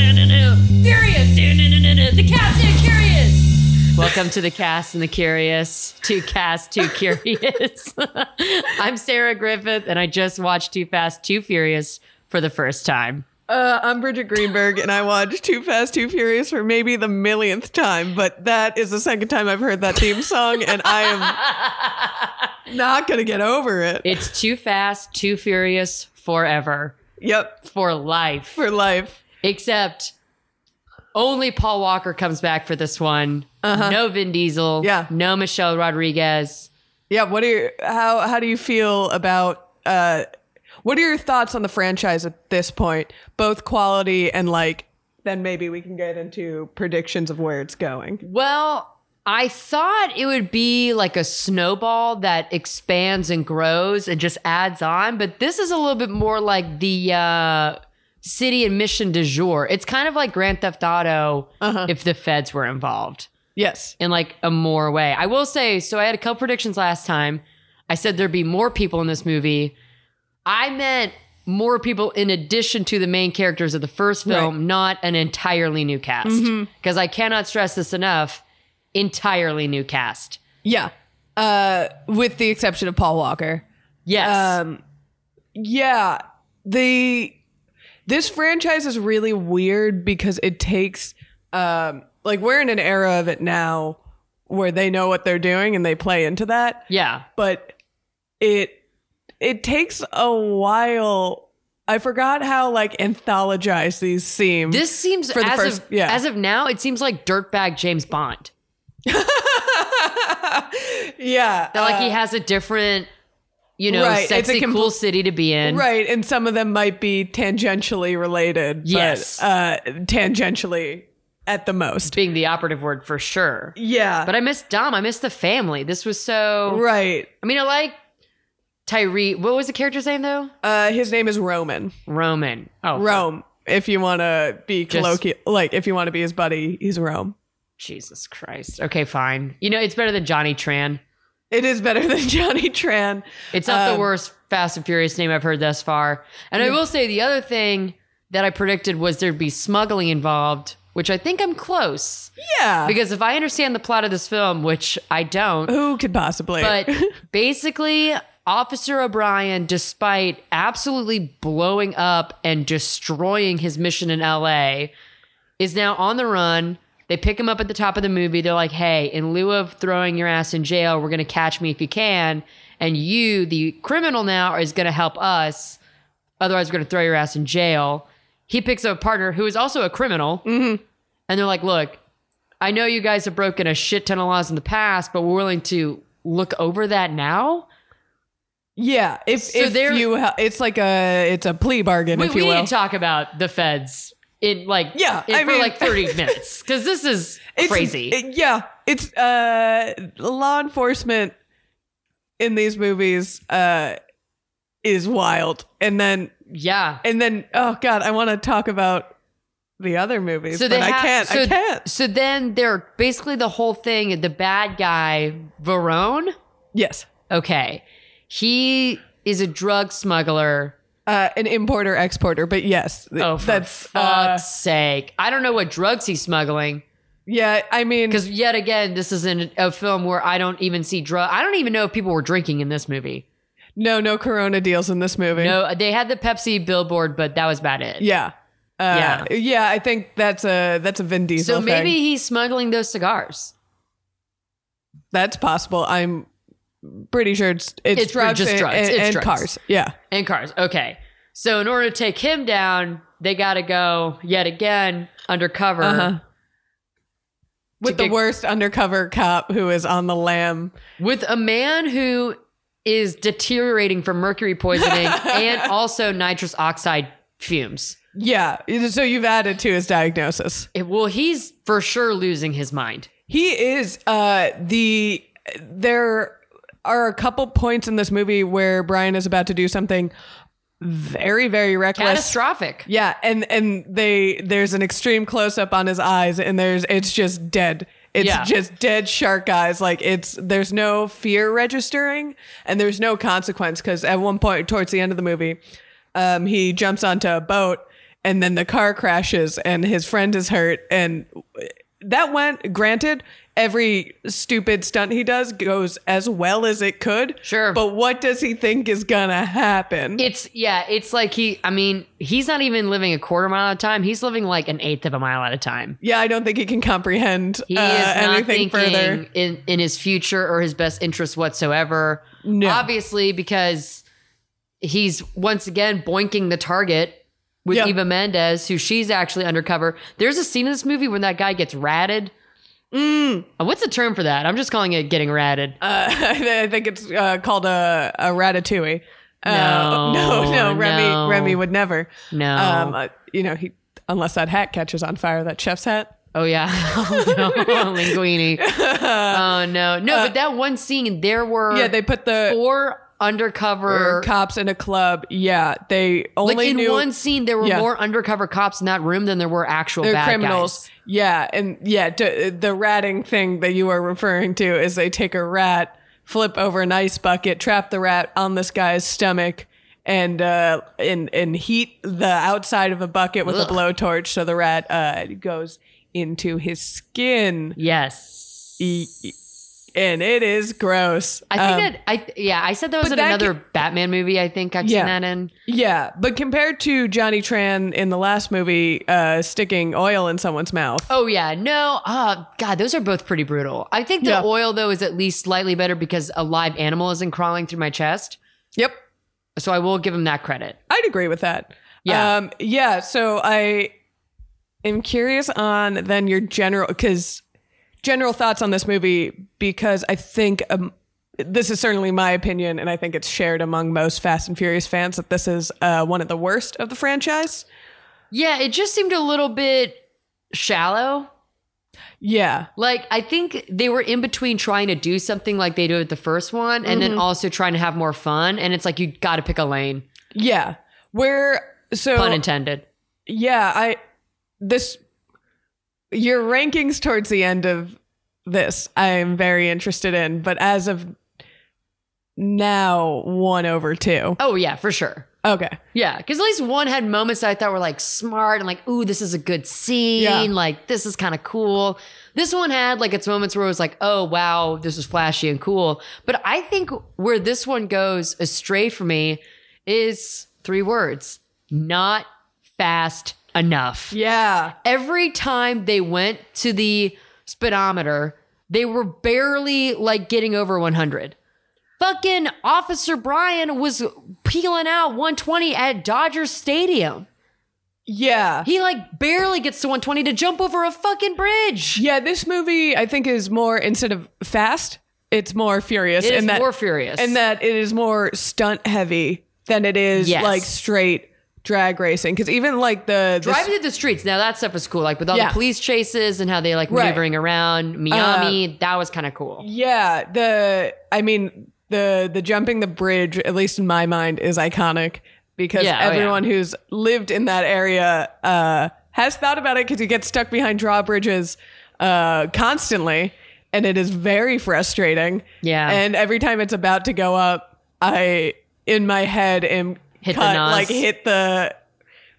Furious. The cats are curious. Welcome to the cast and the curious. Two cast, two curious. I'm Sarah Griffith, and I just watched Too Fast, Too Furious for the first time. Uh, I'm Bridget Greenberg, and I watched Too Fast, Too Furious for maybe the millionth time, but that is the second time I've heard that theme song, and I am not going to get over it. It's Too Fast, Too Furious forever, Yep, for life. for life. Except only Paul Walker comes back for this one. No Vin Diesel. Uh-huh. Yeah. No Michelle Rodriguez. Yeah, what are your, how how do you feel about uh, what are your thoughts on the franchise at this point, both quality and like? Then maybe we can get into predictions of where it's going. Well, I thought it would be like a snowball that expands and grows and just adds on, but this is a little bit more like the uh, city and mission du jour. It's kind of like Grand Theft Auto if the feds were involved Yes. in like a more way. I will say, so I had a couple predictions last time. I said there'd be more people in this movie. I meant more people in addition to the main characters of the first film, not an entirely new cast. Because Mm-hmm. I cannot stress this enough entirely new cast. Yeah. Uh, with the exception of Paul Walker. Yes. Um, yeah, the this franchise is really weird because it takes um, like we're in an era of it now where they know what they're doing and they play into that, yeah. but it it takes a while. I forgot how like anthologized these seem. This seems For the as first- of yeah. as of now, it seems like dirtbag James Bond. yeah, That like uh, he has a different, you know, Right, it's a sexy compl- cool city to be in. Right, and some of them might be tangentially related. Yes. but, uh, tangentially at the most. Being the operative word for sure. Yeah, But oh. I missed Dom. I missed the family. This was so. right. I mean, I like Tyree. What was the character's name though? Uh, his name is Roman. Roman. Oh, Rome. If you want to be Just- colloquial, like if you want to be his buddy, he's Rome. Jesus Christ. Okay, fine. You know, it's better than Johnny Tran. It is better than Johnny Tran. It's not Um, the worst Fast and Furious name I've heard thus far. And I will say the other thing that I predicted was there'd be smuggling involved, which I think I'm close. Yeah. Because if I understand the plot of this film, which I don't, Who could possibly? But basically, Officer O'Brien, despite absolutely blowing up and destroying his mission in LA, is now on the run. They pick him up at the top of the movie. They're like, hey, in lieu of throwing your ass in jail, we're going to catch me if you can. And you, the criminal now, is going to help us. Otherwise, we're going to throw your ass in jail. He picks up a partner who is also a criminal. And they're like, look, I know you guys have broken a shit ton of laws in the past, but we're willing to look over that now. yeah, if So if there- you, ha- it's like a it's a plea bargain, We, if you we will. didn't talk about the feds in like Yeah, in- I for mean- like thirty minutes because this is It's- crazy. it- yeah, it's uh, law enforcement in these movies uh, is wild, and then yeah. and then oh god, I want to talk about the other movies, but I have- can't. So, I can't. So then they're basically the whole thing. The bad guy Verone. Yes. Okay, he is a drug smuggler. uh, an importer exporter, but yes, th- Oh, for that's uh, fuck's sake! I don't know what drugs he's smuggling. yeah. I mean, Because yet again, this is in a film where I don't even see drug. I don't even know if people were drinking in this movie. no, no Corona deals in this movie. No, they had the Pepsi billboard, but that was about it. Yeah, uh, Yeah. yeah, I think that's a that's a Vin Diesel. So maybe thing. he's smuggling those cigars. that's possible. I'm pretty sure it's it's, It's for drugs, just and, drugs. and, It's and drugs. cars. Yeah, and cars. Okay. So in order to take him down, they got to go yet again undercover. Uh-huh. with the get- worst undercover cop who is on the lam. with a man who is deteriorating from mercury poisoning and also nitrous oxide fumes. Yeah, so you've added to his diagnosis. It- well, he's for sure losing his mind. He is uh the there are a couple points in this movie where Brian is about to do something very very reckless. Catastrophic. Yeah, and and they there's an extreme close up on his eyes and there's it's just dead. It's Yeah. just dead shark eyes. Like it's there's no fear registering and there's no consequence cuz at one point towards the end of the movie um he jumps onto a boat and then the car crashes and his friend is hurt and that went granted every stupid stunt he does goes as well as it could Sure. but what does he think is gonna happen It's yeah, it's like he I mean, he's not even living a quarter mile at a time. He's living like an eighth of a mile at a time. yeah i don't think he can comprehend He uh, is not anything thinking further in in his future or his best interest whatsoever. No. Obviously because he's once again boinking the target with Yeah. Eva Mendes, who she's actually undercover. There's a scene in this movie when that guy gets ratted. Uh, What's the term for that? I'm just calling it getting ratted. Mm. uh, i think it's uh, called a, a ratatouille uh, No, no no remy no. remy would never no. um uh, you know he unless that hat catches on fire that chef's hat Oh yeah, oh, no. linguini. oh no, no. but that one scene, there were yeah they put the four or undercover. cops in a club. Yeah, they only like in knew one scene, there were Yeah. more undercover cops in that room than there were actual they're bad criminals. guys. Yeah, and yeah, d- the ratting thing that you are referring to is they take a rat, flip over an ice bucket, trap the rat on this guy's stomach. And uh, and and heat the outside of a bucket with Ugh. a blowtorch, so the rat uh, goes into his skin, Yes, E- e- and it is gross. I think Um, that I th- yeah I said that was but in that another Batman movie. I think I've Yeah. seen that in. yeah, but compared to Johnny Tran in the last movie, uh, sticking oil in someone's mouth, Oh yeah, no, oh god, those are both pretty brutal. I think the Yeah. oil though is at least slightly better because a live animal isn't crawling through my chest, Yep. so I will give him that credit. I'd agree with that. Yeah. Um, yeah. So I am curious on then your general, because general thoughts on this movie, because I think um, this is certainly my opinion, and I think it's shared among most Fast and Furious fans that this is uh, one of the worst of the franchise. Yeah, it just seemed a little bit shallow. Yeah. Like I think they were in between trying to do something like they did with the first one, and then also trying to have more fun. And it's like you got to pick a lane, Yeah. Where, so. pun intended. yeah i this your rankings towards the end of this i am very interested in but as of now one over two Oh yeah, for sure. okay Yeah, because at least one had moments I thought were like smart and like, ooh, this is a good scene. Yeah. Like this is kind of cool. This one had like its moments where it was like, oh wow, this is flashy and cool. But I think where this one goes astray for me is three words: not fast enough. yeah every time they went to the speedometer, they were barely like getting over 100. Fucking Officer Brian was peeling out 120 at Dodger Stadium. yeah He like barely gets to 120 to jump over a fucking bridge. yeah this movie i think is more instead of fast it's more furious It is and that more furious. and that it is more stunt heavy than it is Yes. like straight drag racing because even like the, the driving through the streets. Now that stuff was cool, like with all Yeah. the police chases and how they like Right. Uh-huh. maneuvering around Miami. that was kind of cool. Yeah, the I mean the the jumping the bridge, at least in my mind, is iconic because Yeah, oh, yeah. everyone who's lived in that area uh, has thought about it because you get stuck behind drawbridges uh, constantly, and it is very frustrating. Yeah. and every time it's about to go up, I in my head am Hit the cut nos. like hit the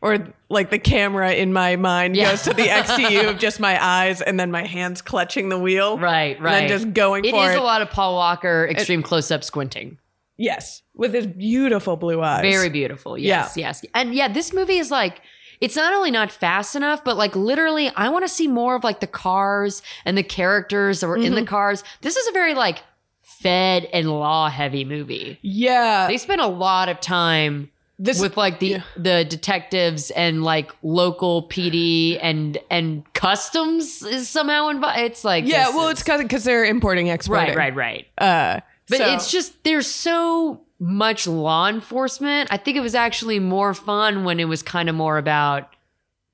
or like the camera in my mind Yeah. goes to the XTU of just my eyes and then my hands clutching the wheel. Right, right. And then just going for It is it. a lot of Paul Walker extreme close up squinting. Yes, with his beautiful blue eyes. Very beautiful. Yes, yes. And yeah, this movie is like it's not only not fast enough, but like literally I want to see more of like the cars and the characters that were in Mm-hmm. the cars. This is a very like fed and law heavy movie. Yeah, They spent a lot of time this with like the yeah. the detectives and like local PD and and customs is somehow involved. It's like yeah. this Well, is- it's because they're importing exporting. right, right, right. Uh, But so- it's just there's so much law enforcement. I think it was actually more fun when it was kind of more about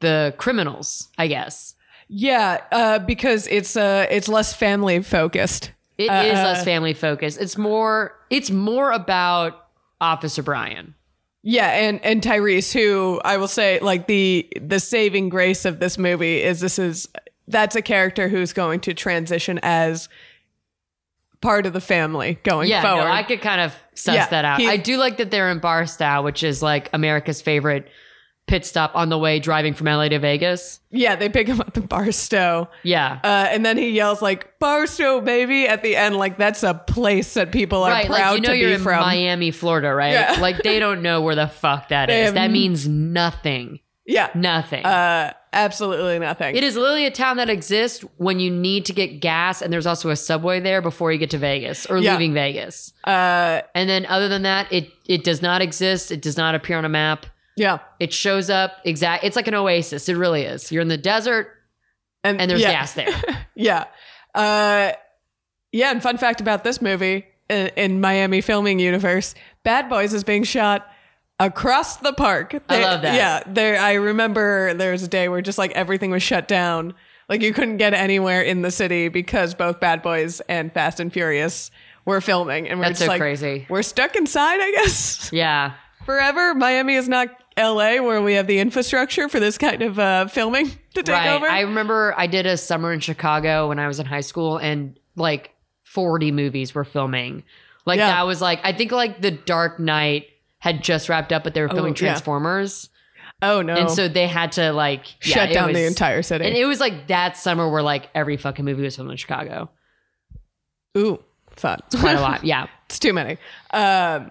the criminals, I guess. yeah, uh, because it's uh, it's less family focused. it is uh, less family focused. It's more it's more about Officer Brian. Yeah, and and Tyrese, who I will say, like the the saving grace of this movie is this is that's a character who's going to transition as part of the family going Yeah, forward. no, I could kind of suss Yeah, that out. he- I do like that they're in bar style, which is like America's favorite pit stop on the way driving from LA to Vegas. Yeah, they pick him up in Barstow. Yeah. Uh, and then he yells like Barstow, baby, at the end. Like that's a place that people are right. proud Like, you know to you're be in from. Miami, Florida, right? Yeah. Like they don't know where the fuck that They is. have That n- means nothing. Yeah, Nothing. uh, absolutely nothing. it is literally a town that exists when you need to get gas, and there's also a subway there before you get to Vegas or Yeah. leaving Vegas. uh, And then other than that, it it does not exist. It does not appear on a map. yeah, It shows up exact. It's like an oasis. It really is. You're in the desert, and there's yeah, gas there. Yeah, uh, yeah. And fun fact about this movie in, in Miami filming universe, Bad Boys is being shot across the park. They- love that. Yeah, there. I remember there was a day where just like everything was shut down. Like you couldn't get anywhere in the city because both Bad Boys and Fast and Furious were filming, and we we're That's just so like, crazy. we're stuck inside, I guess, Yeah. forever. Miami is not L.A. where we have the infrastructure for this kind of uh, filming to take right. over. I remember I did a summer in Chicago when I was in high school, and like 40 movies were filming. Like Yeah. that was like I think like The Dark Knight had just wrapped up, but they were filming Oh, yeah. Transformers, oh no! and so they had to like yeah, shut it down the was- entire city. And it was like that summer where like every fucking movie was filmed in Chicago. Ooh, fun. It's Quite a lot. Yeah. it's too many. Um,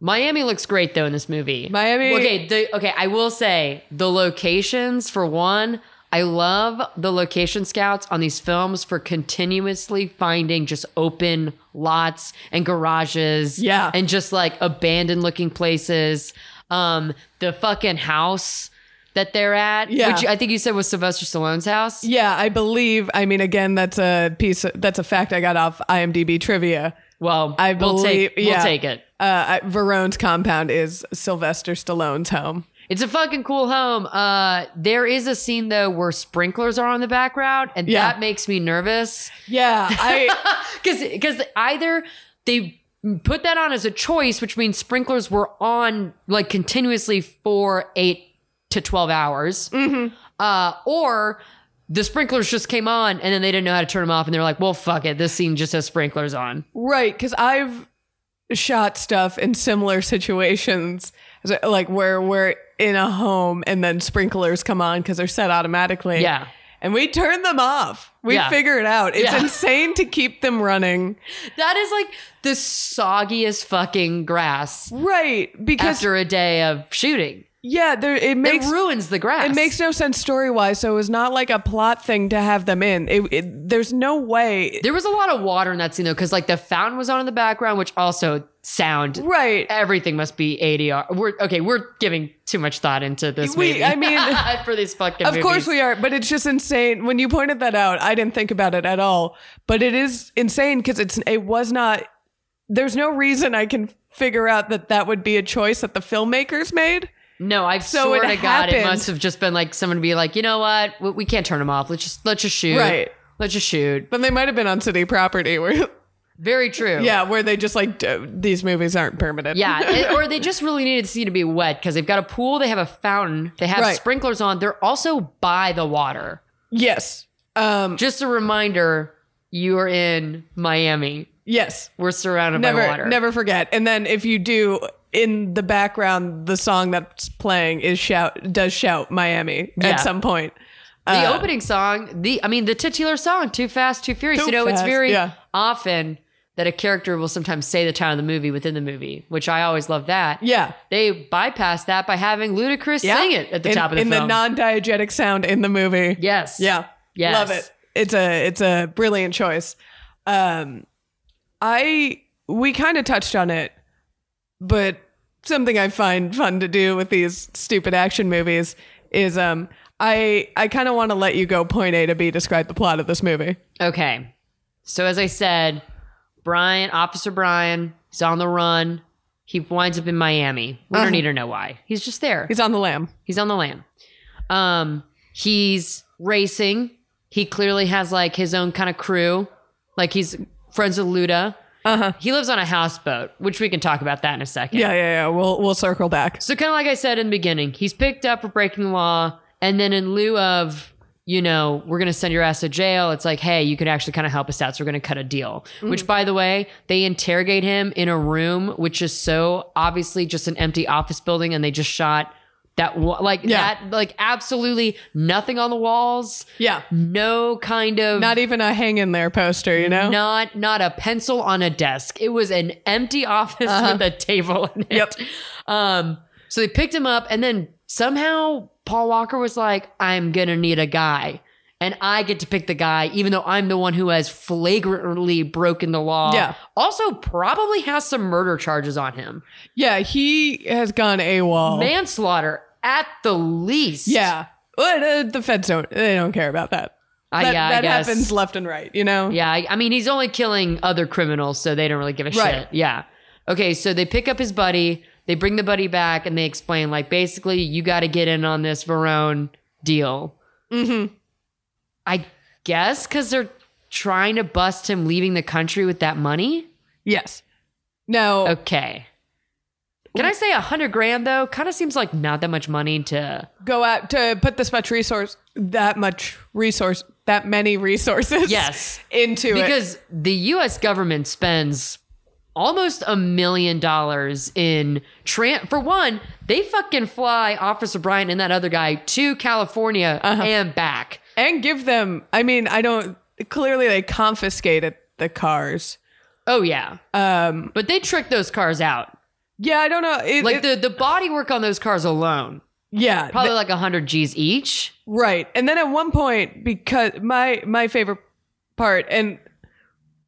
Miami looks great though in this movie. Miami- Okay, the, okay. I will say the locations for one. I love the location scouts on these films for continuously finding just open lots and garages. Yeah. and just like abandoned looking places. Um, the fucking house that they're at. Yeah. which I think you said was Sylvester Stallone's house. yeah, I believe. I mean, again, that's a piece. That's a fact I got off IMDb trivia. Well, I we'll take believe- yeah. we'll take it. Uh, I, Verone's compound is Sylvester Stallone's home. It's a fucking cool home. Uh, there is a scene though where sprinklers are on the background, and Yeah. that makes me nervous Yeah, I because because either they put that on as a choice, which means sprinklers were on like continuously for eight to twelve hours, Mm-hmm. uh, or the sprinklers just came on and then they didn't know how to turn them off, and they're like, "Well, fuck it, this scene just has sprinklers on." right because I've shot stuff in similar situations, so, like where we're in a home and then sprinklers come on because they're set automatically. Yeah. and we turn them off. We Yeah. figure it out. It's Yeah. insane to keep them running. That is like the soggiest fucking grass Right, because after a day of shooting. yeah, there it makes it ruins the grass. It makes no sense story wise, so it was not like a plot thing to have them in. It, it, there's no way. There was a lot of water in that scene though, because like the fountain was on in the background, which also sound. Right. Everything must be ADR. We're okay. We're giving too much thought into this. We- movie. I mean- for these fucking. Of movies. course we are, but it's just insane. When you pointed that out, I didn't think about it at all. But it is insane because it's it was not. There's no reason I can figure out that that would be a choice that the filmmakers made. No, I So swear it to God, it happened. must have just been like someone be like, you know what, we, we can't turn them off. Let's just let's just shoot. Right. Let's just shoot. But they might have been on city property where, Very true. yeah, where they just like d- these movies aren't permitted. Yeah, it- or they just really needed the sea to be wet because they've got a pool, they have a fountain, they have Right. sprinklers on. They're also by the water. yes. Um. Just a reminder, you are in Miami. Yes. We're surrounded by never water. never forget and then if you do in the background the song that's playing is shout does shout miami Yeah. at some point The Uh, opening song, the I mean the titular song, Too Fast, Too Furious. Too you know, it's fast, very yeah. often that a character will sometimes say the title of the movie within the movie, which I always love that. yeah They bypass that by having Ludacris yeah sing it at the in, top of the in film. the non-diegetic sound in the movie yes. yeah Yes. love it it's a it's a brilliant choice um i we kind of touched on it but something i find fun to do with these stupid action movies is um i i kind of want to let you go point a to b describe the plot of this movie Okay. So as I said, Brian, Officer Brian, he's on the run. He winds up in Miami. We Uh-huh. don't need to know why. He's just there. He's on the lamb. He's on the lam. Um, he's racing. He clearly has like his own kind of crew. Like he's friends with Luda. Uh huh. He lives on a houseboat, which we can talk about that in a second. Yeah, yeah, yeah. We'll we'll circle back. So kind of like I said in the beginning, he's picked up for breaking the law, and then in lieu of you know we're gonna send your ass to jail, it's like hey, you could actually kind of help us out, so we're gonna cut a deal. Mm. Which by the way, they interrogate him in a room which is so obviously just an empty office building, and they just shot That wa- like Yeah. that like absolutely nothing on the walls, Yeah. no kind of Not even a hang in there poster, you know? not not a pencil on a desk. It was an empty office with a table in it. Uh-huh. Yep. Um, so they picked him up, and then somehow Paul Walker was like, "I'm gonna need a guy." And I get to pick the guy, even though I'm the one who has flagrantly broken the law. Yeah. Also, probably has some murder charges on him. Yeah, he has gone AWOL. Manslaughter at the least. Oh. Yeah. Well, the, the feds don't, they don't care about that. I, that Ah, yeah, I that guess. happens left and right, you know? Yeah, I, I mean, he's only killing other criminals, so they don't really give a Right. shit. Yeah. Okay, so they pick up his buddy, they bring the buddy back, and they explain, like, basically, you got to get in on this Verone deal. hmm I guess because they're trying to bust him leaving the country with that money. Yes. Now, Okay. Can I say a hundred grand though? Kind of seems like not that much money to. go out to put this much resource, that much resource, that many resources. Yes. Into it. because the U.S. government spends almost a million dollars in tran For one, they fucking fly Officer Bryant and that other guy to California Uh-huh. and back. And give them, I mean, I don't, clearly they confiscated the cars. Oh yeah, Um, but they tricked those cars out. yeah, I don't know. It, Like it- the the body work on those cars alone, yeah, probably like a hundred G's each. Right. And then at one point, because my my favorite part, and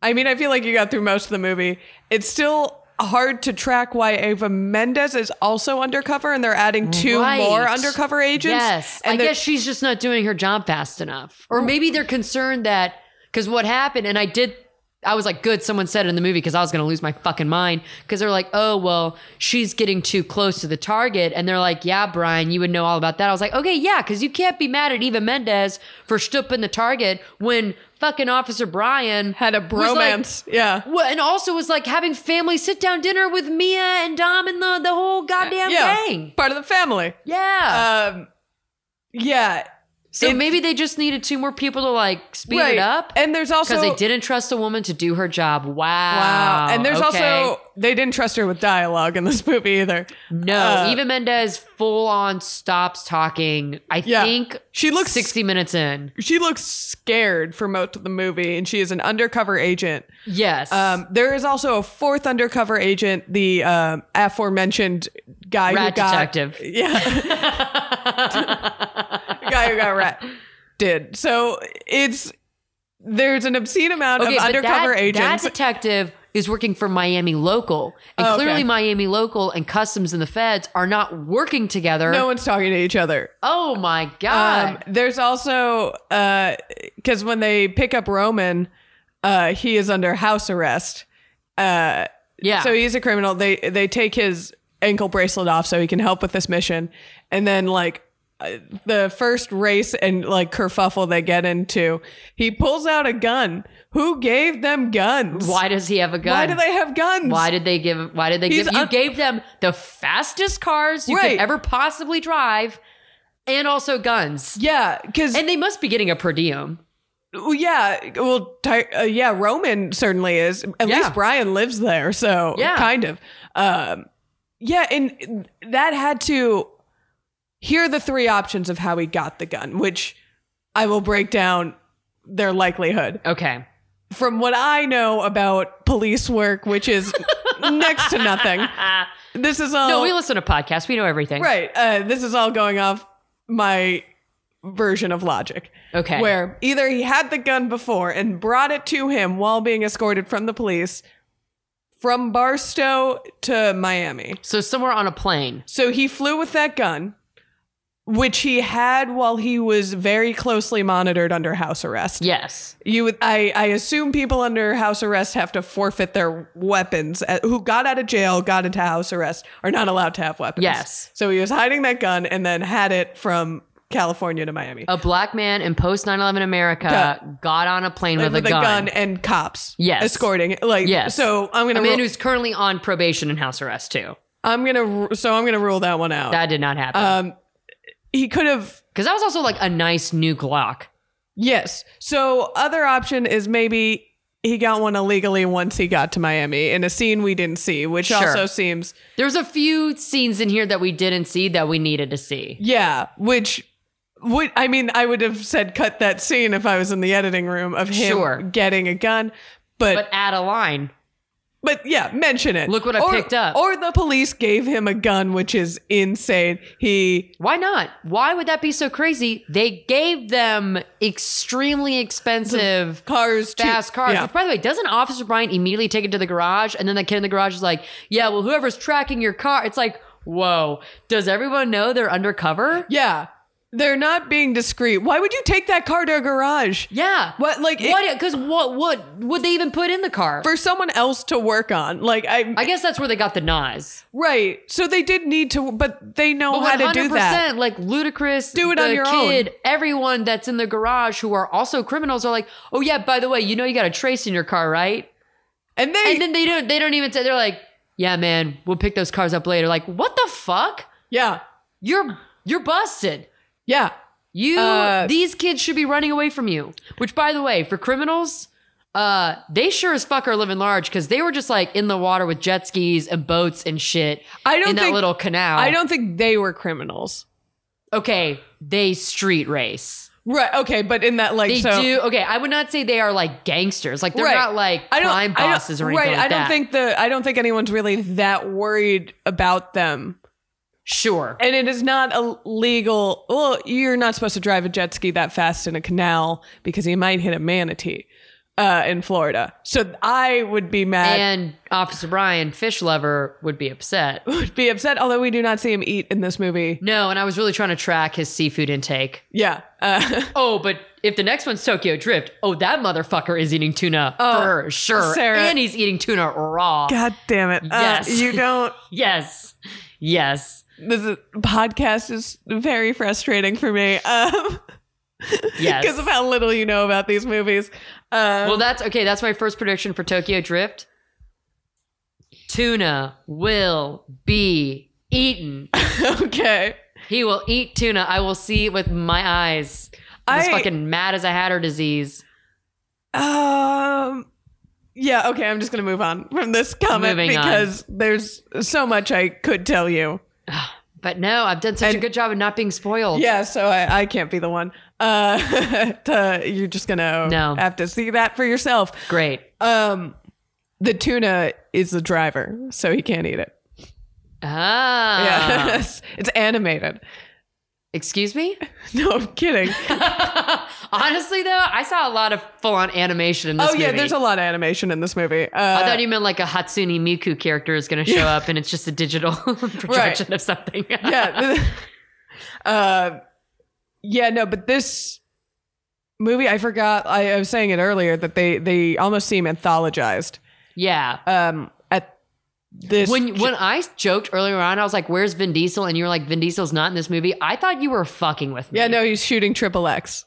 I mean I feel like you got through most of the movie, it's still hard to track why Ava Mendez is also undercover and they're adding two Right. more undercover agents. Yes. And I they're- guess she's just not doing her job fast enough. Or maybe they're concerned that because what happened, and I did, I was like, good, someone said it in the movie because I was going to lose my fucking mind. Because they're like, oh, well, she's getting too close to the target. And they're like, yeah, Brian, you would know all about that. I was like, okay, yeah, because you can't be mad at Eva Mendez for stooping the target when fucking Officer Brian had a was like- bromance. yeah. well, and also was like having family sit down dinner with Mia and Dom and the, the whole goddamn Yeah. gang. Part of the family. Yeah. Um yeah. So It- maybe they just needed two more people to like speed right. it up And there's also because they didn't trust a woman to do her job. Wow. Wow. And there's Okay. also they didn't trust her with dialogue in this movie either. no. uh, Eva Mendez full on stops talking. I Yeah. think She looks sixty minutes in. she looks scared for most of the movie and she is an undercover agent Yes. um, there is also a fourth undercover agent the um, aforementioned guy who Rat got detective. yeah guy who got rat did so it's there's an obscene amount Okay, of but undercover that, agents That detective is working for Miami Local, and Oh, okay. clearly Miami Local and Customs and the Feds are not working together. no one's talking to each other Oh my god. um, there's also because when they pick up roman uh, he is under house arrest uh, yeah. So he's a criminal. They they take his ankle bracelet off so he can help with this mission, and then like uh, the first race and like kerfuffle they get into, he pulls out a gun. Who gave them guns? why does he have a gun? Why do they have guns? Why did they give? Why did they He's give? You un- gave them the fastest cars you Right. could ever possibly drive, and also guns. Yeah, because And they must be getting a per diem. yeah, well, Ty- uh, yeah, Roman certainly is. At Yeah. least Brian lives there, so Yeah. kind of. Um, yeah, and that had to. Here are the three options of how he got the gun, which I will break down their likelihood Okay. from what I know about police work, which is next to nothing. This is all No, we listen to podcasts. We know everything. right. Uh, this is all going off my version of logic Okay. where either he had the gun before and brought it to him while being escorted from the police from Barstow to Miami. So somewhere on a plane. So he flew with that gun, which he had while he was very closely monitored under house arrest. Yes. You would, I, I assume people under house arrest have to forfeit their weapons. uh, Who got out of jail, got into house arrest, are not allowed to have weapons. Yes. So he was hiding that gun and then had it from California to Miami. A black man in post 9/11 America Duh. got on a plane with, with a a gun. and cops. Yes. escorting. Like Yes. So I'm A gonna. man ru- who's currently on probation and house arrest too. I'm gonna. ru- So I'm gonna rule that one out. That did not happen. um, he could have. Because that was also like a nice new Glock. Yes. So other option is maybe he got one illegally once he got to Miami in a scene we didn't see, which Sure. also seems There's a few scenes in here that we didn't see that we needed to see. yeah, which would I mean I would have said cut that scene if I was in the editing room of him Sure. getting a gun, But but, add a line. but yeah, mention it. Look what I Or- picked up. Or the police gave him a gun, which is insane. He Why not? Why would that be so crazy? They gave them extremely expensive cars too- fast cars. yeah. Which, by the way, doesn't Officer Brian immediately take it to the garage? And then the kid in the garage is like, yeah, well, whoever's tracking your car, it's like, whoa, does everyone know they're undercover? Yeah. They're not being discreet. Why would you take that car to a garage? Yeah. What like it- What? Because what would would they even put in the car? for someone else to work on? Like I, I guess that's where they got the Nas. right. So they did need to but they know But how to do that. 100%, Like ludicrous. Do it on your own. kid, Everyone that's in the garage who are also criminals are like, oh yeah, by the way, you know you got a trace in your car, right? And they And then they don't. They don't even say. They're like, yeah, man, we'll pick those cars up later. Like, what the fuck? Yeah. You're you're busted. Yeah. You Uh, these kids should be running away from you. Which, by the way, for criminals. Uh, they sure as fuck are living large because they were just like in the water with jet skis and boats and shit I don't in that think little canal. I don't think they were criminals. Okay, they street race. Right. Okay, but in that like They so do. Okay, I would not say they are like gangsters. Like they're Right. not like I don't, crime I don't- bosses or anything Right. like I don't that. think the I don't think anyone's really that worried about them. Sure. And it is not illegal. Well, you're not supposed to drive a jet ski that fast in a canal because you might hit a manatee uh, in Florida. So I would be mad, And Officer Brian, fish lover, would be upset. would be upset, although we do not see him eat in this movie. No, and I was really trying to track his seafood intake. Yeah. Uh, Oh, but if the next one's Tokyo Drift, oh, that motherfucker is eating tuna for sure. Oh, Sarah. And he's eating tuna raw. God damn it. Yes. Uh, you don't. Yes. Yes. This is, podcast is very frustrating for me um, Yes. because of how little you know about these movies. Um, Well, that's okay. That's my first prediction for Tokyo Drift. Tuna will be eaten. okay. He will eat tuna. I will see it with my eyes. I'm as I- fucking mad as a hatter disease. Um. Yeah. Okay. I'm just gonna move on from this comment Moving on. because there's so much I could tell you. But no, I've done such a And- good job of not being spoiled. Yeah. So I, I can't be the one. Uh, to- you're just gonna No. have to see that for yourself. Great. Um, the tuna is the driver, so he can't eat it. Ah. Yes. it's animated. Excuse me? No, I'm kidding. Honestly, though, I saw a lot of full on animation in this oh yeah, movie. Oh, there's a lot of animation in this movie. Uh, I thought you meant like a Hatsune Miku character is going to show up and it's just a digital projection of something. yeah. uh, yeah, no, but this movie, I forgot. I, I was saying it earlier that they they almost seem anthologized. yeah. Um, at this, When when I joked earlier on, I was like, "Where's Vin Diesel?" and you were like, "Vin Diesel's not in this movie." I thought you were fucking with me. yeah, no, he's shooting triple X.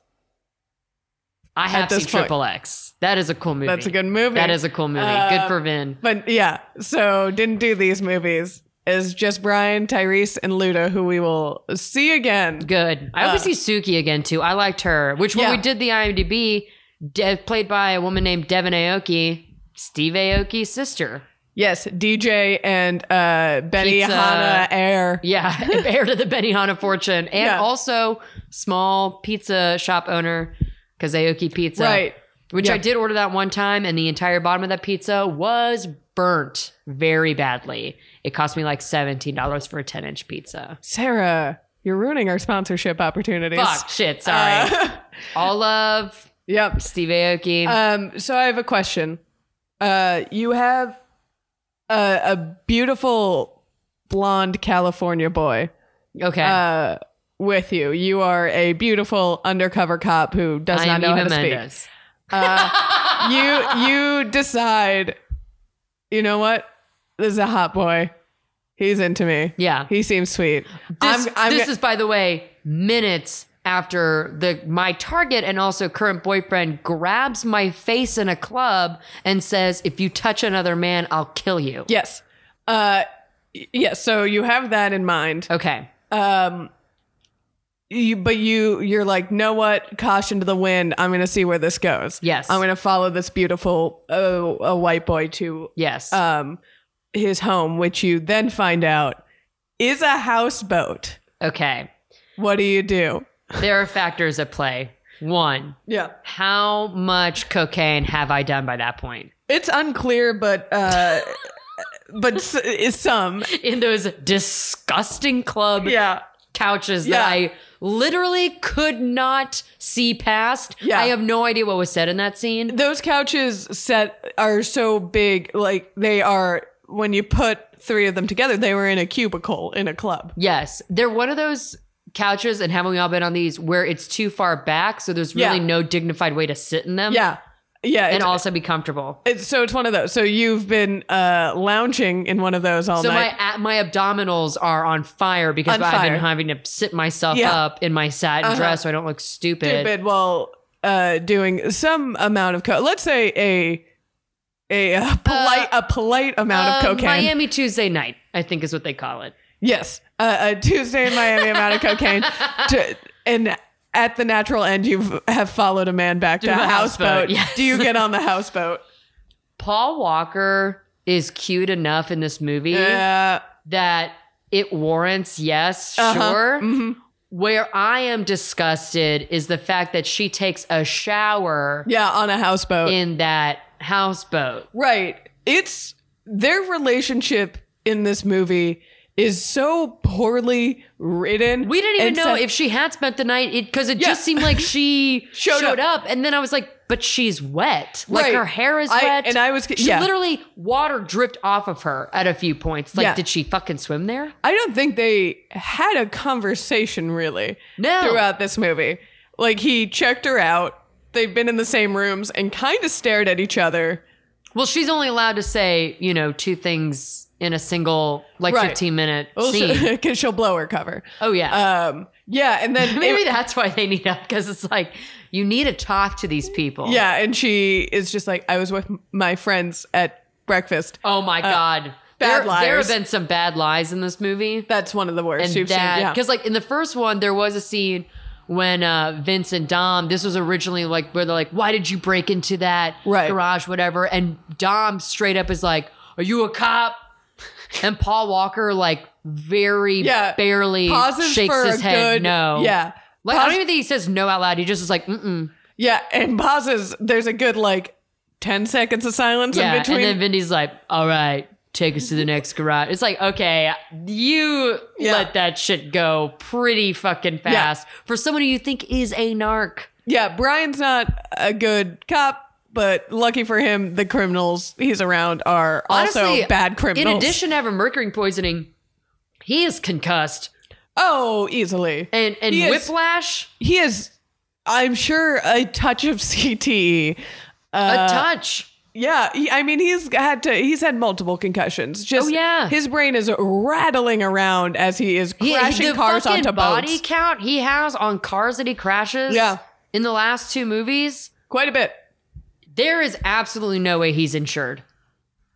I have At this seen point. Triple X. That is a cool movie. That's a good movie. That is a cool movie. good Uh, for Vin. But yeah, so didn't do these movies. Is just Brian, Tyrese, and Luda, who we will see again. Good. I hope uh, we see Suki again too. I liked her. Which when Yeah. we did the IMDb, de- played by a woman named Devin Aoki, Steve Aoki's sister. Yes, DJ and uh, Benny Pizza. Hanna Air. Yeah, heir to the Benihana fortune, and Yeah. also small pizza shop owner because Aoki Pizza. Right. Which Yeah. I did order that one time, and the entire bottom of that pizza was burnt very badly. It cost me like seventeen dollars for a ten inch pizza. Sarah, you're ruining our sponsorship opportunities. Fuck, shit, sorry. Uh, All love, yep. Steve Aoki. Um, so I have a question. Uh, you have a, a beautiful blonde California boy okay, uh, with you. You are a beautiful undercover cop who does I not am know Eva how to Mendes. speak. You you decide. You know what? This is a hot boy. He's into me. Yeah, He seems sweet. this, I'm, I'm this go- is, by the way, minutes after the my target and also current boyfriend grabs my face in a club and says, "If you touch another man, I'll kill you." yes. Uh, y- yes. So you have that in mind. Okay. Um, you, but you you're like, know what? Caution to the wind. I'm gonna see where this goes. Yes. I'm gonna follow this beautiful uh, a white boy to Yes. um his home, which you then find out is a houseboat. okay. What do you do? There are factors at play. One, Yeah, how much cocaine have I done by that point? it's unclear, but uh, but s- is some. In those disgusting club Yeah, couches Yeah. that I literally could not see past. Yeah. I have no idea what was said in that scene. those couches set are so big, like they are. When you put three of them together, they were in a cubicle in a club. Yes. They're one of those couches, and haven't we all been on these where it's too far back, so there's really Yeah. no dignified way to sit in them. Yeah, yeah. And it's- also be comfortable. It's, so it's one of those. So you've been uh, lounging in one of those all So night. my my abdominals are on fire because On I've fire. been having to sit myself Yeah. up in my satin Uh-huh. dress so I don't look stupid. Stupid while uh, doing some amount of co. Let's say a a, uh polite a polite amount Uh, of cocaine. Miami Tuesday night, I think is what they call it. Yes, uh, a Tuesday in Miami amount of cocaine, to, and at the natural end, you have followed a man back to, To a a houseboat. houseboat, yes. Do you get on the houseboat? Paul Walker is cute enough in this movie Yeah, that it warrants yes, Uh-huh. sure. Mhm. Where I am disgusted is the fact that she takes a shower yeah, on a houseboat. in that houseboat. Right. It's their relationship in this movie is so poorly written. We didn't even and know sen- if she had spent the night because it, Yeah. just seemed like she Showed showed, up. up. And then I was like, but she's wet. Like Right. her hair is I- wet. and I was- she yeah. literally water dripped off of her at a few points. Like, Yeah. did she fucking swim there? I don't think they had a conversation really No. throughout this movie. Like he checked her out. They've been in the same rooms and kind of stared at each other. Well, she's only allowed to say, you know, two things in a single, like Right. Oh, 15 minute scene. Because she'll blow her cover. oh, yeah. Um, yeah, and then Maybe that's why they need up because it's like, you need to talk to these people. yeah, and she is just like I was with my friends at breakfast. Oh, my God. Uh, bad there, there liars. have been some bad lies in this movie. That's one of the worst and you've seen. that Yeah. because like in the first one there was a scene when uh vince and dom this was originally like where they're like why did you break into that Right. garage whatever and dom straight up is like are you a cop and paul walker like very Yeah. barely pauses shakes for his a head good no yeah like i Pause- don't even think he says no out loud he just is like mm-mm yeah and pauses there's a good like 10 seconds of silence yeah in between and then vindy's like all right take us to the next garage it's like okay you Yeah. let that shit go pretty fucking fast for someone who you think is a narc yeah brian's not a good cop but lucky for him the criminals he's around are also Honestly, bad criminals In addition to having mercury poisoning, he is concussed oh easily and and He is- whiplash he is i'm sure a touch of cte a uh, touch. yeah he, i mean he's had to he's had multiple concussions just Oh, yeah. his brain is rattling around as he is crashing the cars fucking onto body boats count he has on cars that he crashes. Yeah. In the last two movies, quite a bit there is absolutely no way he's insured.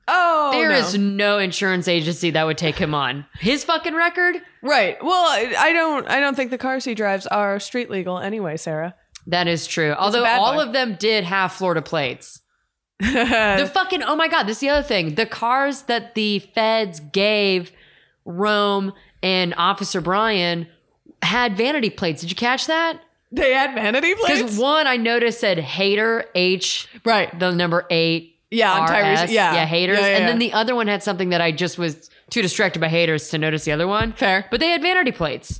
oh There no. is no. insurance agency that would take him on. His fucking record? Right. Well, I I don't. I don't think the cars he drives are street legal anyway, Sarah. That is true. Although bad all one. of them did have Florida plates. The fucking oh my god, this is the other thing. The cars that the feds gave Rome and Officer Brian had vanity plates. Did you catch that? they had vanity plates. Because one I noticed said hater H right. the number eight. Yeah, on Uh, Tyrese- RS, yeah. Yeah, haters. Yeah, yeah, And yeah. then the other one had something that I just was too distracted by haters to notice the other one. Fair. But they had vanity plates.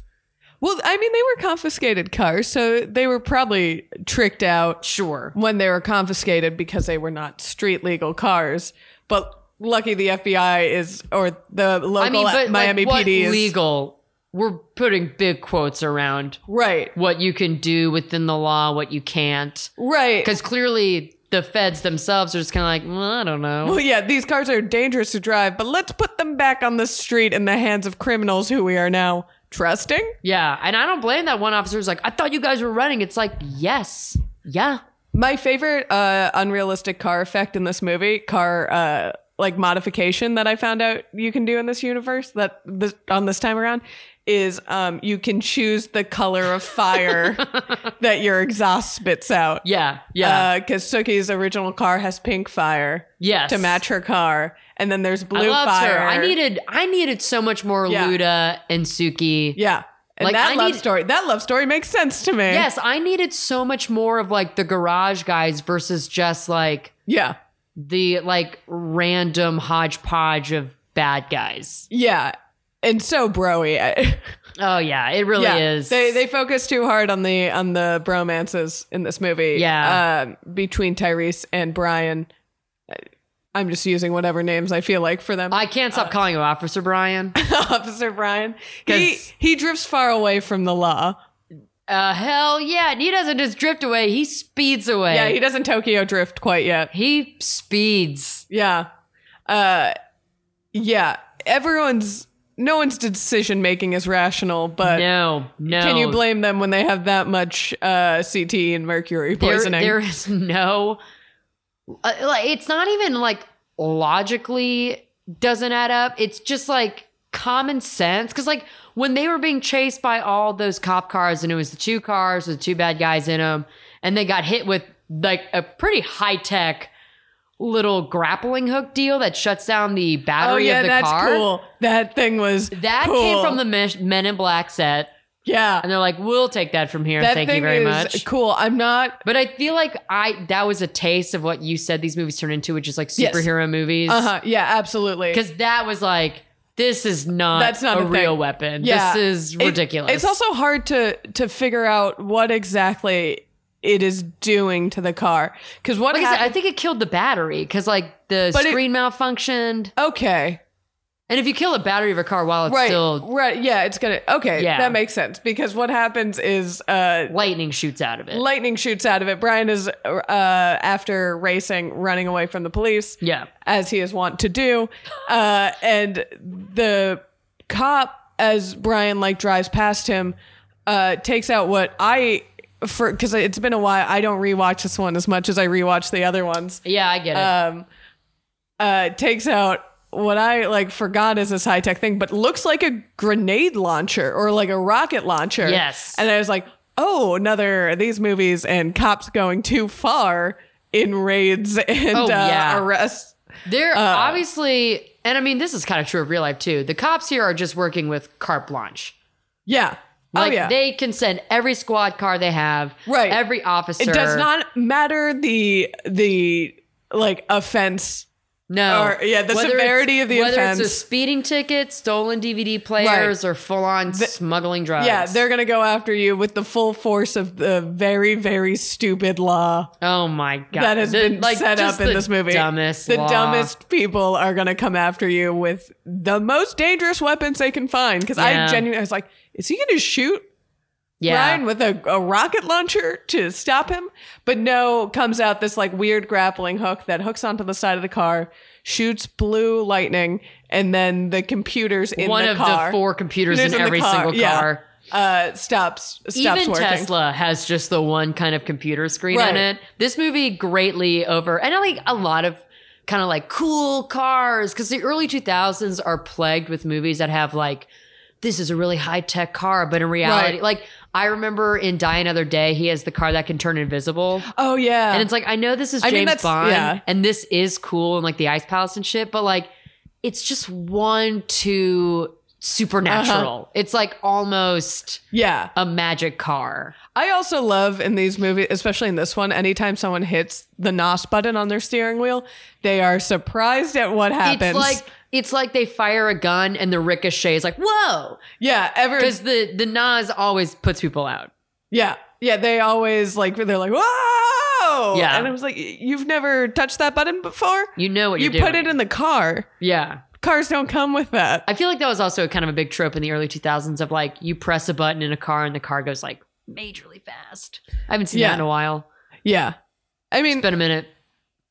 Well, I mean, they were confiscated cars, so they were probably tricked out Sure. when they were confiscated because they were not street legal cars. But lucky the FBI is or the local I mean, but Miami like, what PD is legal. We're putting big quotes around Right. what you can do within the law, what you can't. Right. Because clearly the feds themselves are just kind of like, well, I don't know. Well, yeah, these cars are dangerous to drive, but let's put them back on the street in the hands of criminals who we are now trusting. Yeah. And I don't blame that one officer who's like, I thought you guys were running. It's like, yes. Yeah. My favorite uh, unrealistic car effect in this movie, car uh, like modification that I found out you can do in this universe that this, on this time around is um, you can choose the color of fire that your exhaust spits out. Yeah, yeah, Yeah, because Suki's original car has pink fire yes. to match her car, and then there's blue I loved fire. her. I needed, I needed so much more Yeah. Luda and Suki. yeah, and Like, that I love need- story. That love story makes sense to me. Yes, I needed so much more of like the garage guys versus just like yeah, the like random hodgepodge of bad guys. yeah, and so broy. I- Oh yeah, it really yeah, is. They they focus too hard on the on the bromances in this movie. Yeah. um, between Tyrese and Brian. I- I'm just using whatever names I feel like for them. I can't Uh, stop calling him Officer Brian. Officer Brian, he 'Cause- he drifts far away from the law. Uh, hell yeah, and he doesn't just drift away; he speeds away. Yeah, he doesn't Tokyo drift quite yet. he speeds. Yeah. Uh yeah. Everyone's no one's decision making is rational, but no, no. Uh, can you blame them when they have that much uh CT and mercury There- poisoning? there is no. uh, like, it's not even like logically doesn't add up. It's just like common sense. Because like when they were being chased by all those cop cars, and it was the two cars with two bad guys in them, and they got hit with like a pretty high tech little grappling hook deal that shuts down the oh battery yeah, of the that's car. cool. That thing was That came cool. from the Mesh- Men in Black set, Yeah. and they're like, "We'll take that from here. That Thank thing you very is much." cool. I'm not But I feel like I that was a taste of what you said these movies turn into, which is like Yes. superhero movies. uh-huh. Yeah, absolutely. Because that was like, this is not That's not a, a thing. real weapon. Yeah. This is It- ridiculous. it's also hard to to figure out what exactly it is doing to the car. Because what like I said, I happened- think it killed the battery because like the But it- screen malfunctioned. okay. And if you kill a battery of a car while it's right, still right. Yeah, it's gonna. Okay, Yeah. that makes sense because what happens is uh, lightning shoots out of it. lightning shoots out of it. Brian is uh, after racing, running away from the police yeah. as he is wont to do, uh, and the cop, as Brian like drives past him, uh, takes out what I for because it's been a while. I don't rewatch this one as much as I rewatch the other ones Yeah, I get it. um, uh, takes out what I like forgot is this high tech thing, but looks like a grenade launcher or like a rocket launcher. Yes. And I was like, oh, another these movies and cops going too far in raids and Oh, uh, yeah. arrests. uh. They're obviously, and I mean, this is kind of true of real life too. The cops here are just working with carte blanche. Yeah. Like oh yeah. they can send every squad car they have, Right. Every officer. it does not matter the the like offense. No. Or- yeah, the severity it's- of the whether it's offense. a speeding ticket, stolen DVD players, or full on smuggling drugs. Yeah, they're gonna go after you with the full force of the very, very stupid law. Oh my god, that has The- been like, set just up in the this movie. Dumbest. the law. dumbest people are going to come after you with the most dangerous weapons they can find. Because Yeah. I genuinely I was like, is he going to shoot Yeah. Ryan with a, a rocket launcher to stop him? But no, comes out this like weird grappling hook that hooks onto the side of the car, shoots blue lightning, and then the computers in One the of car the four computers It is in in the every car, single yeah. car. uh, stops stops Even working. Tesla has just the one kind of computer screen on Right. it. This movie greatly over, and I like a lot of kind of like cool cars because the early 2000s are plagued with movies that have like this is a really high tech car, but in reality, Right. like I remember in Die Another Day, he has the car that can turn invisible. Oh yeah, And it's like, I know this is I James mean, that's- Bond, yeah. and this is cool, and like the Ice Palace and shit, but like, it's just one too supernatural. Uh-huh. It's like almost yeah. a magic car. I also love in these movies, especially in this one, anytime someone hits the NOS button on their steering wheel, they are surprised at what happens. It's like it's like they fire a gun and the ricochet is like whoa yeah, ever, because the the Nas always puts people out. yeah, yeah. They always like they're like, whoa, Yeah. And I was like, you've never touched that button before. You know what you you're doing. put it in the car. yeah. Cars don't come with that. I feel like that was also kind of a big trope in the early 2000s of like you press a button in a car and the car goes like majorly fast. I haven't seen Yeah. that in a while. Yeah, I mean, It's been a minute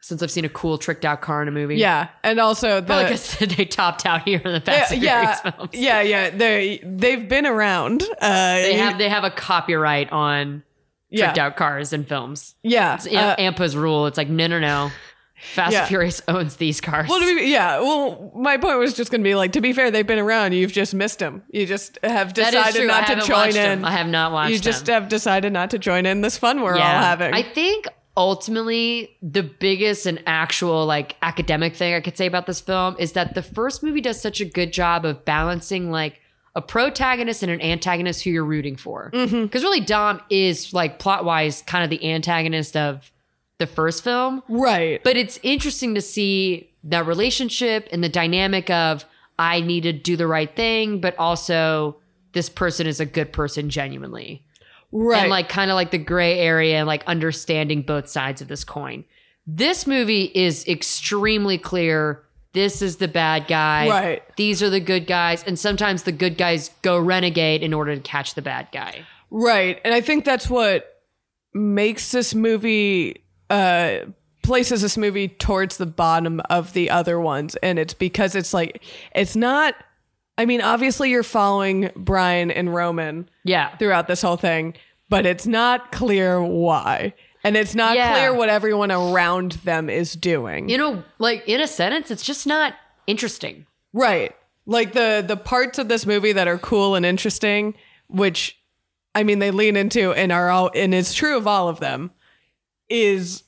since I've seen a cool tricked out car in a movie. yeah, and also Probably the. because they topped out here in the Yeah, Fast and Furious yeah, films. yeah, yeah. They they've been around. Uh, They have they have a copyright on yeah, tricked out cars in films. yeah. It's uh, Am- AMPA's rule. It's like no no no. Fast Yeah. and Furious owns these cars. Well, to be, yeah. Well, my point was just going to be like, to be fair, they've been around. You've just missed them. You just have That is decided true. I not to haven't join watched in. them. I have not watched You just them. have decided not to join in this fun we're all having. I think ultimately the biggest and actual like academic thing I could say about this film is that the first movie does such a good job of balancing like a protagonist and an antagonist who you're rooting for. Because Mm-hmm. really, Dom is like plot wise kind of the antagonist of the first film. right. But it's interesting to see that relationship and the dynamic of I need to do the right thing, but also this person is a good person genuinely. Right. And like kind of like the gray area and like understanding both sides of this coin. This movie is extremely clear. This is the bad guy. Right. These are the good guys. And sometimes the good guys go renegade in order to catch the bad guy. Right. And I think that's what makes this movie uh places this movie towards the bottom of the other ones and it's because it's like it's not I mean obviously you're following Brian and Roman Yeah. throughout this whole thing, but it's not clear why. And it's not Yeah. clear what everyone around them is doing. You know, like in a sentence, it's just not interesting. Right. Like the the parts of this movie that are cool and interesting, which I mean they lean into and are all and it's true of all of them, is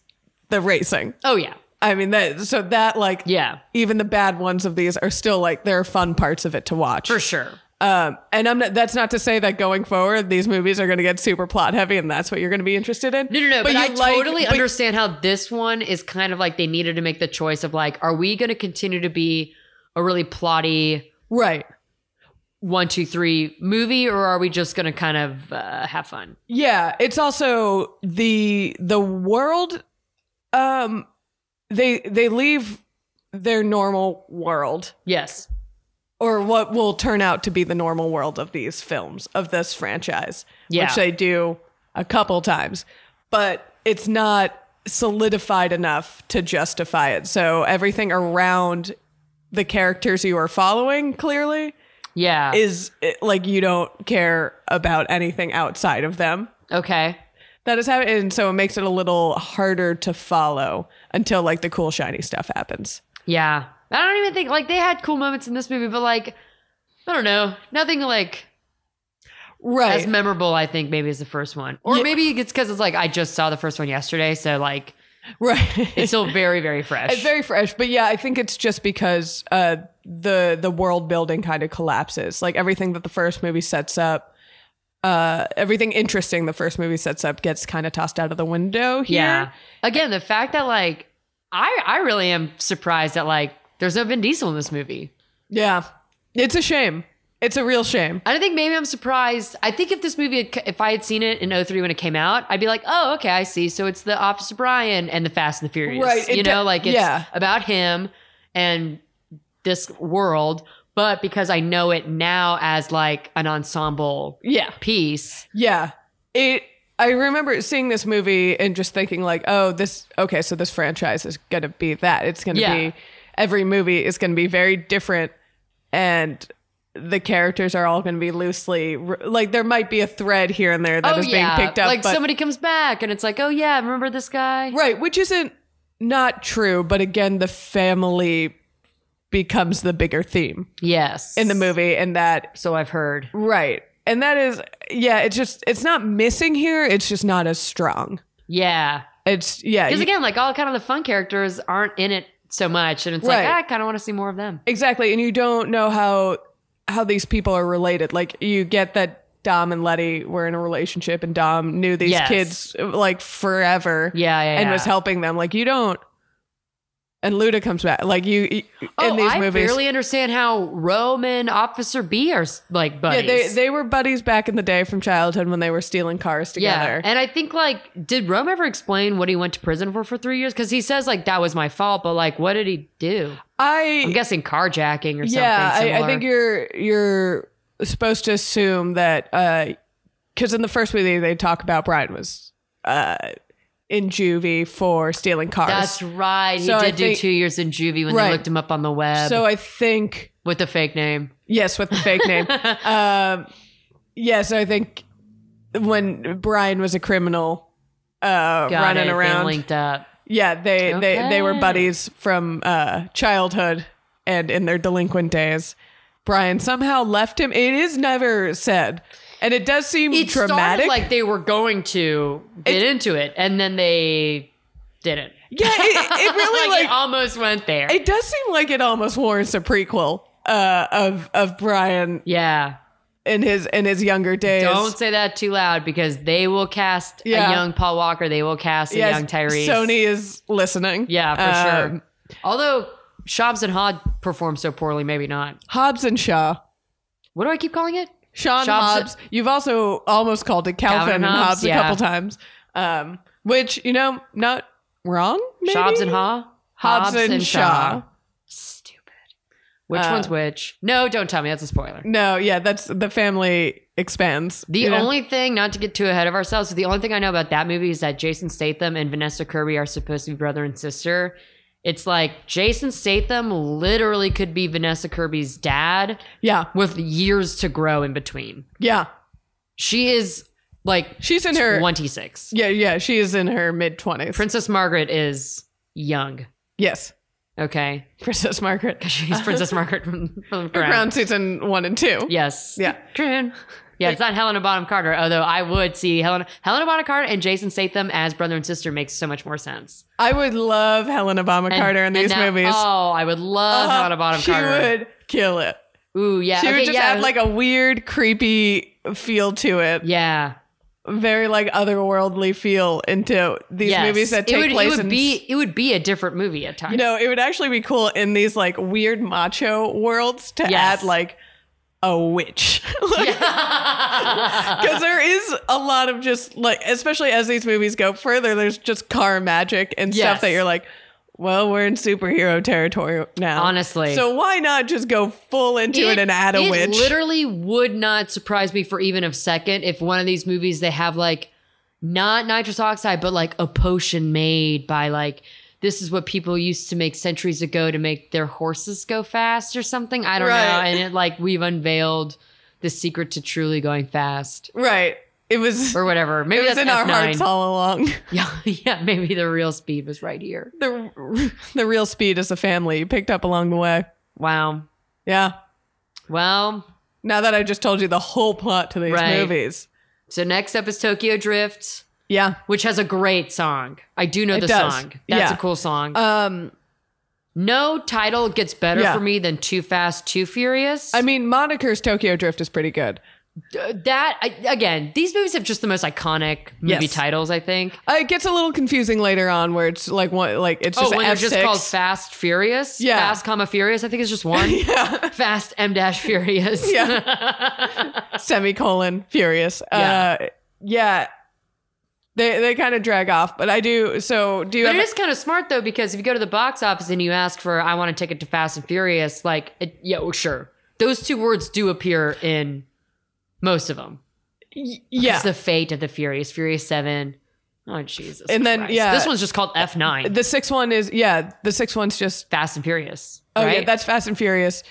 the racing. Oh, yeah. I mean that so that like Yeah. even the bad ones of these are still like there are fun parts of it to watch. For sure. Um and I'm not, that's not to say that going forward these movies are going to get super plot heavy and that's what you're going to be interested in. No, no, no. But, you I like- totally but- understand how this one is kind of like they needed to make the choice of like, are we going to continue to be a really plotty Right. one, two, three movie, or are we just going to kind of uh, have fun? Yeah, it's also the the world um they they leave their normal world Yes. or what will turn out to be the normal world of these films of this franchise, Yeah. which they do a couple times, but it's not solidified enough to justify it. So everything around the characters you are following clearly Yeah. is eh, like you don't care about anything outside of them okay. that is happening and so it makes it a little harder to follow until like the cool shiny stuff happens Yeah. I don't even think like they had cool moments in this movie, but like, I don't know. Nothing like as right memorable, I think, maybe as the first one. Or Yeah. maybe it's because it's like I just saw the first one yesterday. So like, right it's still very, very fresh. it's very fresh but yeah i think it's just because uh the the world building kind of collapses like everything that the first movie sets up uh everything interesting the first movie sets up gets kind of tossed out of the window here Yeah. Again, the fact that like I I really am surprised that like there's no Vin Diesel in this movie. yeah it's a shame it's a real shame I don't think maybe I'm surprised. I think if this movie had, if I had seen it in 03 when it came out, I'd be like, "Oh, okay, I see. So it's the Officer Brian and the Fast and the Furious." Right, it you know, de- like it's yeah. about him and this world, but because I know it now as like an ensemble yeah piece. Yeah. It I remember seeing this movie and just thinking like, oh, this okay, so this franchise is gonna be that. It's gonna Yeah. be every movie is gonna be very different and the characters are all going to be loosely re- like there might be a thread here and there that oh is yeah. being picked up like but, somebody comes back and it's like, "Oh yeah, remember this guy?" right which isn't not true but again the family becomes the bigger theme Yes. in the movie and that So I've heard. right and that is yeah it's just it's not missing here it's just not as strong Yeah. it's yeah Because Uh, you- again, like all kind of the fun characters aren't in it so much, and it's like Right. "Ah, I kind of want to see more of them. Exactly, and you don't know how how these people are related. Like you get that Dom and Letty were in a relationship, and Dom knew these Yes. kids like forever, Yeah, yeah, and yeah. was helping them. Like you don't. And Luda comes back. Like you in Oh, these I movies. barely understand how Rome and Officer B are like yeah, buddies. they they were buddies back in the day from childhood when they were stealing cars together. and I think like, did Rome ever explain what he went to prison for for three years? Because he says like that was my fault, but like, what did he do? I'm I guessing carjacking or yeah, something. I, I similar. think you're you're supposed to assume that because in the first movie they talk about Brian was uh, in juvie for stealing cars. that's right. He So I did do think- two years in juvie when they Right. looked him up on the web so I think with a fake name. yes, with the fake name. um, yes, I think when Brian was a criminal uh, Got running it. They around, linked up. Yeah, they they they were Okay. buddies from uh, childhood and in their delinquent days. Brian somehow left him. It is never said, and it does seem It dramatic. started like they were going to get into it, and then they didn't. yeah, it, it really like, it almost went there. it does seem like it almost warrants a prequel uh, of of Brian yeah. in his in his younger days. Don't say that too loud because they will cast Yeah. a young Paul Walker. They will cast a Yes, young Tyrese. Sony is listening. Yeah, for Um, sure. Although Shobbs and Hod performed so poorly, maybe not. Hobbs and Shaw. What do I keep calling it? Sean Shops- Hobbs. You've also almost called it Calvin, Calvin and Hobbs, Hobbs, a yeah. couple times, um, which you know, not wrong. Maybe? Shobbs and Haw? Hobbs and Shaw. Stupid. Which Uh, one's which? No, don't tell me. That's a spoiler. No, yeah, that's the family expands. The you know? only thing, not to get too ahead of ourselves, the only thing I know about that movie is that Jason Statham and Vanessa Kirby are supposed to be brother and sister. It's like Jason Statham literally could be Vanessa Kirby's dad yeah, with years to grow in between. yeah, She is like she's in her. 26. Yeah, yeah, she is in her mid twenties. Princess Margaret is young. yes, Okay. Princess Margaret. She's Princess Margaret from, from the Her crown. crown season one and two. Yes. Yeah. Crown. Yeah, it's not Helena Bonham Carter, although I would see Helena Helena Bonham Carter and Jason Statham as brother and sister makes so much more sense. I would love Helen Obama And- Carter in and these that- movies. Oh, I would love Uh-huh, Helena Bonham she Carter. would kill it. Ooh, yeah. She okay, would just yeah. add like a weird, creepy feel to it. yeah. very like otherworldly feel into these Yes. movies that take it would, place it would in be it would be a different movie at times. no it would actually be cool in these like weird macho worlds to Yes. add like a witch Yeah. because there is a lot of just like especially as these movies go further there's just car magic and Yes. stuff that you're like well we're in superhero territory now Honestly. so why not just go full into it, and add a it witch literally would not surprise me for even a second if one of these movies they have like not nitrous oxide, but like a potion made by like this is what people used to make centuries ago to make their horses go fast or something. I don't know. Right. And it like we've unveiled the secret to truly going fast right it was or whatever. it Maybe was that's in our F9. hearts all along Yeah, yeah. Maybe the real speed was right here. the the real speed is a family you picked up along the way. Wow. Yeah. Well, Now that I just told you the whole plot to these Right. movies. so next up is Tokyo Drift. Yeah. which has a great song. I do know It the does. song. That's Yeah. a cool song. Um no title gets better yeah. for me than Too Fast, Too Furious. I mean Moniker's Tokyo Drift is pretty good. Uh, that I, again, these movies have just the most iconic movie Yes. titles. I think. Uh, it gets a little confusing later on where it's like one like it's Oh, just, when an they're F6. just called Fast Furious. Yeah. Fast, comma Furious. I think it's just one. yeah. Fast M dash Furious. Semicolon furious. Yeah. Uh yeah. They they kind of drag off, but I do so do you But have it is kind of smart though because if you go to the box office and you ask for "I want a ticket to Fast and Furious," like, it, yeah, well, sure, those two words do appear in most of them. y- yeah. It's the fate of the Furious, Furious Seven. Oh Jesus! And then, Christ. yeah. this one's just called F Nine, The sixth one is yeah, the sixth one's just Fast and Furious. Oh yeah, right? that's Fast and Furious.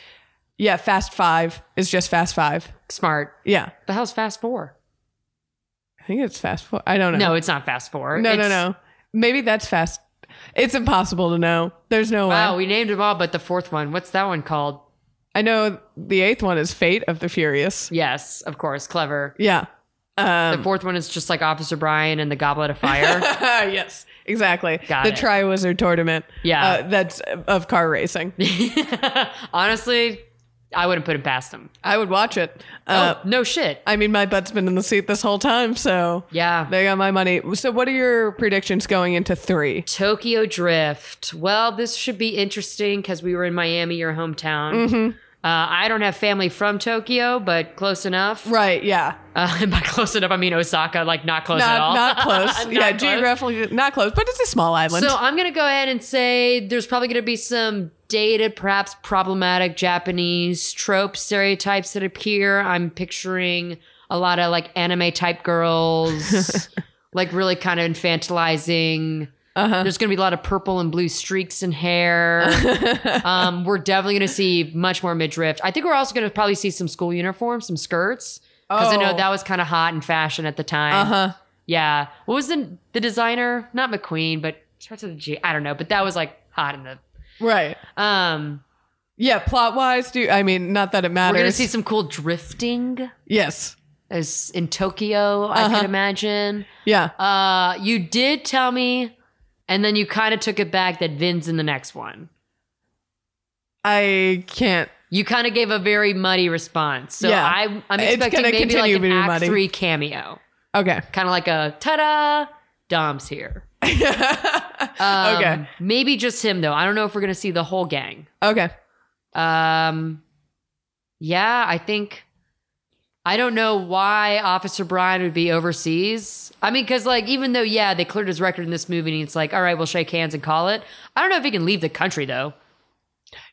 Yeah, Fast Five is just Fast Five. smart. Yeah, The hell's Fast Four? I think it's Fast Four. I don't No. know. it's not Fast Four. no, no, It's- no. Maybe that's Fast. It's impossible to know. There's no Wow, way. we named them all, but the fourth one. What's that one called? I know the eighth one is Fate of the Furious. Yes, of course, clever. Yeah. The Um, fourth one is just like Officer Brian and the Goblet of Fire. yes, exactly. Got the it. Triwizard Tournament. Yeah. Uh, that's of car racing. Honestly, I wouldn't put it past them. I would watch it. Uh, oh, no shit. I mean, my butt's been in the seat this whole time, so Yeah. they got my money. So, what are your predictions going into three? Tokyo Drift. Well, this should be interesting because we were in Miami, your hometown. Mhm. Uh, I don't have family from Tokyo, but close enough. Right. Yeah. Uh, and by close enough, I mean Osaka, like not close not, at all. Not close. Not yeah, close. geographically not close, but it's a small island. So I'm going to go ahead and say there's probably going to be some dated, perhaps problematic Japanese tropes, stereotypes that appear. I'm picturing a lot of like anime type girls, like really kind of infantilizing. uh-huh. There's going to be a lot of purple and blue streaks in hair. um, we're definitely going to see much more midriff. I think we're also going to probably see some school uniforms, some skirts, because I know Oh. that was kind of hot in fashion at the time. Uh huh. Yeah. What was the, the designer? Not McQueen, but starts with a G. I don't know, but that was like hot in the. Right. Um, Yeah, plot wise, do I mean not that it we're matters. gonna see some cool drifting yes. as in Tokyo. I Uh-huh. could imagine. Yeah. Uh, you did tell me, and then you kind of took it back that Vin's in the next one. I can't. You kind of gave a very muddy response, so Yeah. I, I'm It's expecting gonna maybe like continue an being Act muddy. Three cameo, Okay. kind of like a ta-da, Dom's here. Uh, Um, okay. Maybe just him though. I don't know if we're gonna see the whole gang. Okay. Um, yeah, I think I don't know why Officer Brian would be overseas. I mean, because like even though yeah, they cleared his record in this movie, and it's like all right, we'll shake hands and call it. I don't know if he can leave the country though.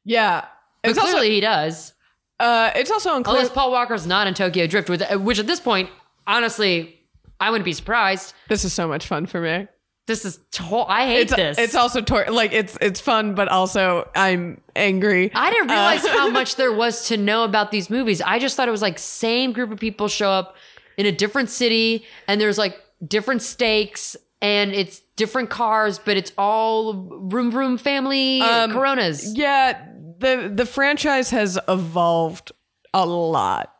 Yeah. But It's clearly also he does, uh, it's also unclear. unless Paul Walker's not in Tokyo Drift, with which at this point, honestly, I wouldn't be surprised. This is so much fun for me. This is to- I hate It's this. it's also tor- like it's it's fun, but also I'm angry. I didn't realize Uh, how much there was to know about these movies. I just thought it was like same group of people show up in a different city and there's like different stakes and it's different cars, but it's all room room family Um, coronas. yeah, the the franchise has evolved a lot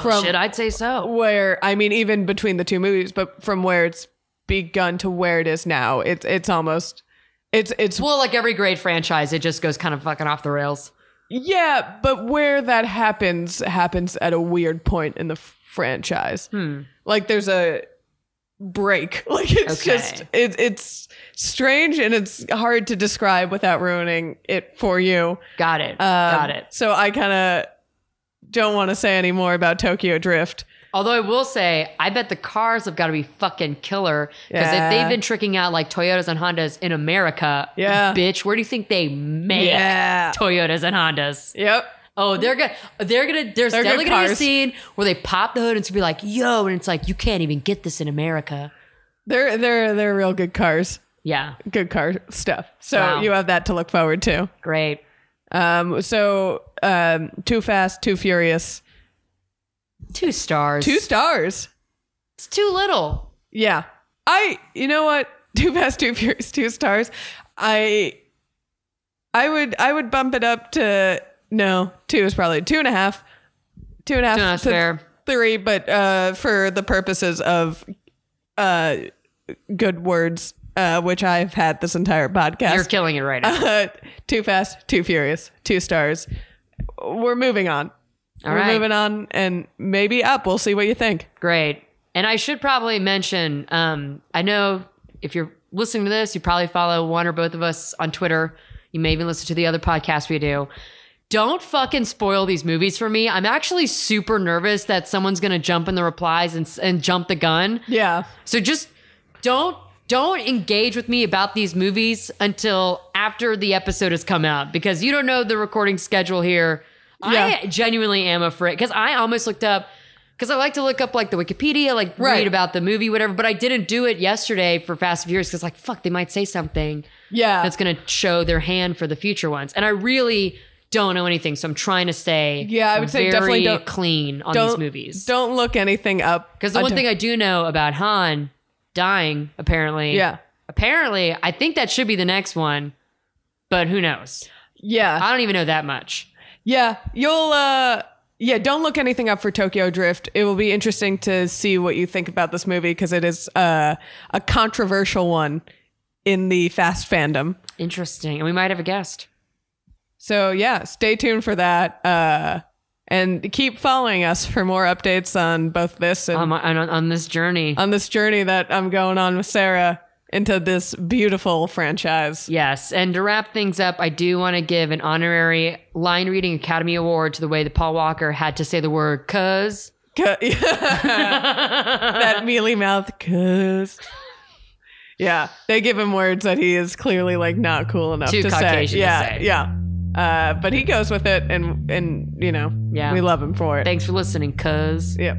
from Shit, I'd say so. where I mean, even between the two movies, but from where it's begun to where it is now, it's it's almost it's it's Well, like every great franchise, it just goes kind of fucking off the rails. yeah, but where that happens happens at a weird point in the f- franchise. Hmm. Like there's a break. Like it's Okay. just it, it's strange and it's hard to describe without ruining it for you. Got it. Um, Got it. So I kind of don't want to say any more about Tokyo Drift. Although I will say, I bet the cars have got to be fucking killer because Yeah. if they've been tricking out like Toyotas and Hondas in America, Yeah. bitch, where do you think they make Yeah. Toyotas and Hondas? Yep. Oh, they're gonna, they're gonna, there's They're good definitely gonna be a cars. scene where they pop the hood and it's gonna be like, yo, and it's like you can't even get this in America. They're they're they're real good cars. Yeah, good car stuff. So Wow. you have that to look forward to. great. Um, so um, too fast, too furious, Two stars. two stars. it's too little. Yeah, I. You know what? Too fast, too furious, two stars. I. I would I would bump it up to no two is probably two and a half, two and a half and a half is to fair. three, but uh, for the purposes of uh, good words, uh, which I've had this entire podcast. You're killing it right now. Uh, too fast, too furious, two stars. We're moving on. All We're right. moving on and maybe up. We'll see what you think. Great. And I should probably mention um, I know if you're listening to this, you probably follow one or both of us on Twitter. You may even listen to the other podcast we do. Don't fucking spoil these movies for me. I'm actually super nervous that someone's going to jump in the replies and, s- and jump the gun. Yeah. So just don't don't engage with me about these movies until after the episode has come out because you don't know the recording schedule here. I Yeah. genuinely am afraid because I almost looked up because I like to look up like the Wikipedia, like read Right. about the movie, whatever. But I didn't do it yesterday for Fast and Furious because like fuck, they might say something Yeah. that's gonna show their hand for the future ones, and I really don't know anything, so I'm trying to stay Yeah, I would say definitely very don't- clean on these movies. Don't look anything up. Because the one thing I do know about Han dying, apparently. Yeah. Apparently, I think that should be the next one, but who knows? Yeah. I don't even know that much. yeah. You'll uh yeah, don't look anything up for Tokyo Drift. It will be interesting to see what you think about this movie because it is uh, a controversial one in the fast fandom. Interesting. And we might have a guest. So yeah, stay tuned for that. Uh, and keep following us for more updates on both this and On, my, on, on this journey. on this journey that I'm going on with Sarah into this beautiful franchise. Yes. And to wrap things up, I do want to give an honorary Line Reading Academy Award to the way that Paul Walker had to say the word cuz. Cu- that mealy mouth cuz. Yeah, they give him words that he is clearly like not cool enough Too to Caucasian say. to Yeah, say. yeah. Uh, but he goes with it, and and you know, Yeah. we love him for it. Thanks for listening, cuz. yep.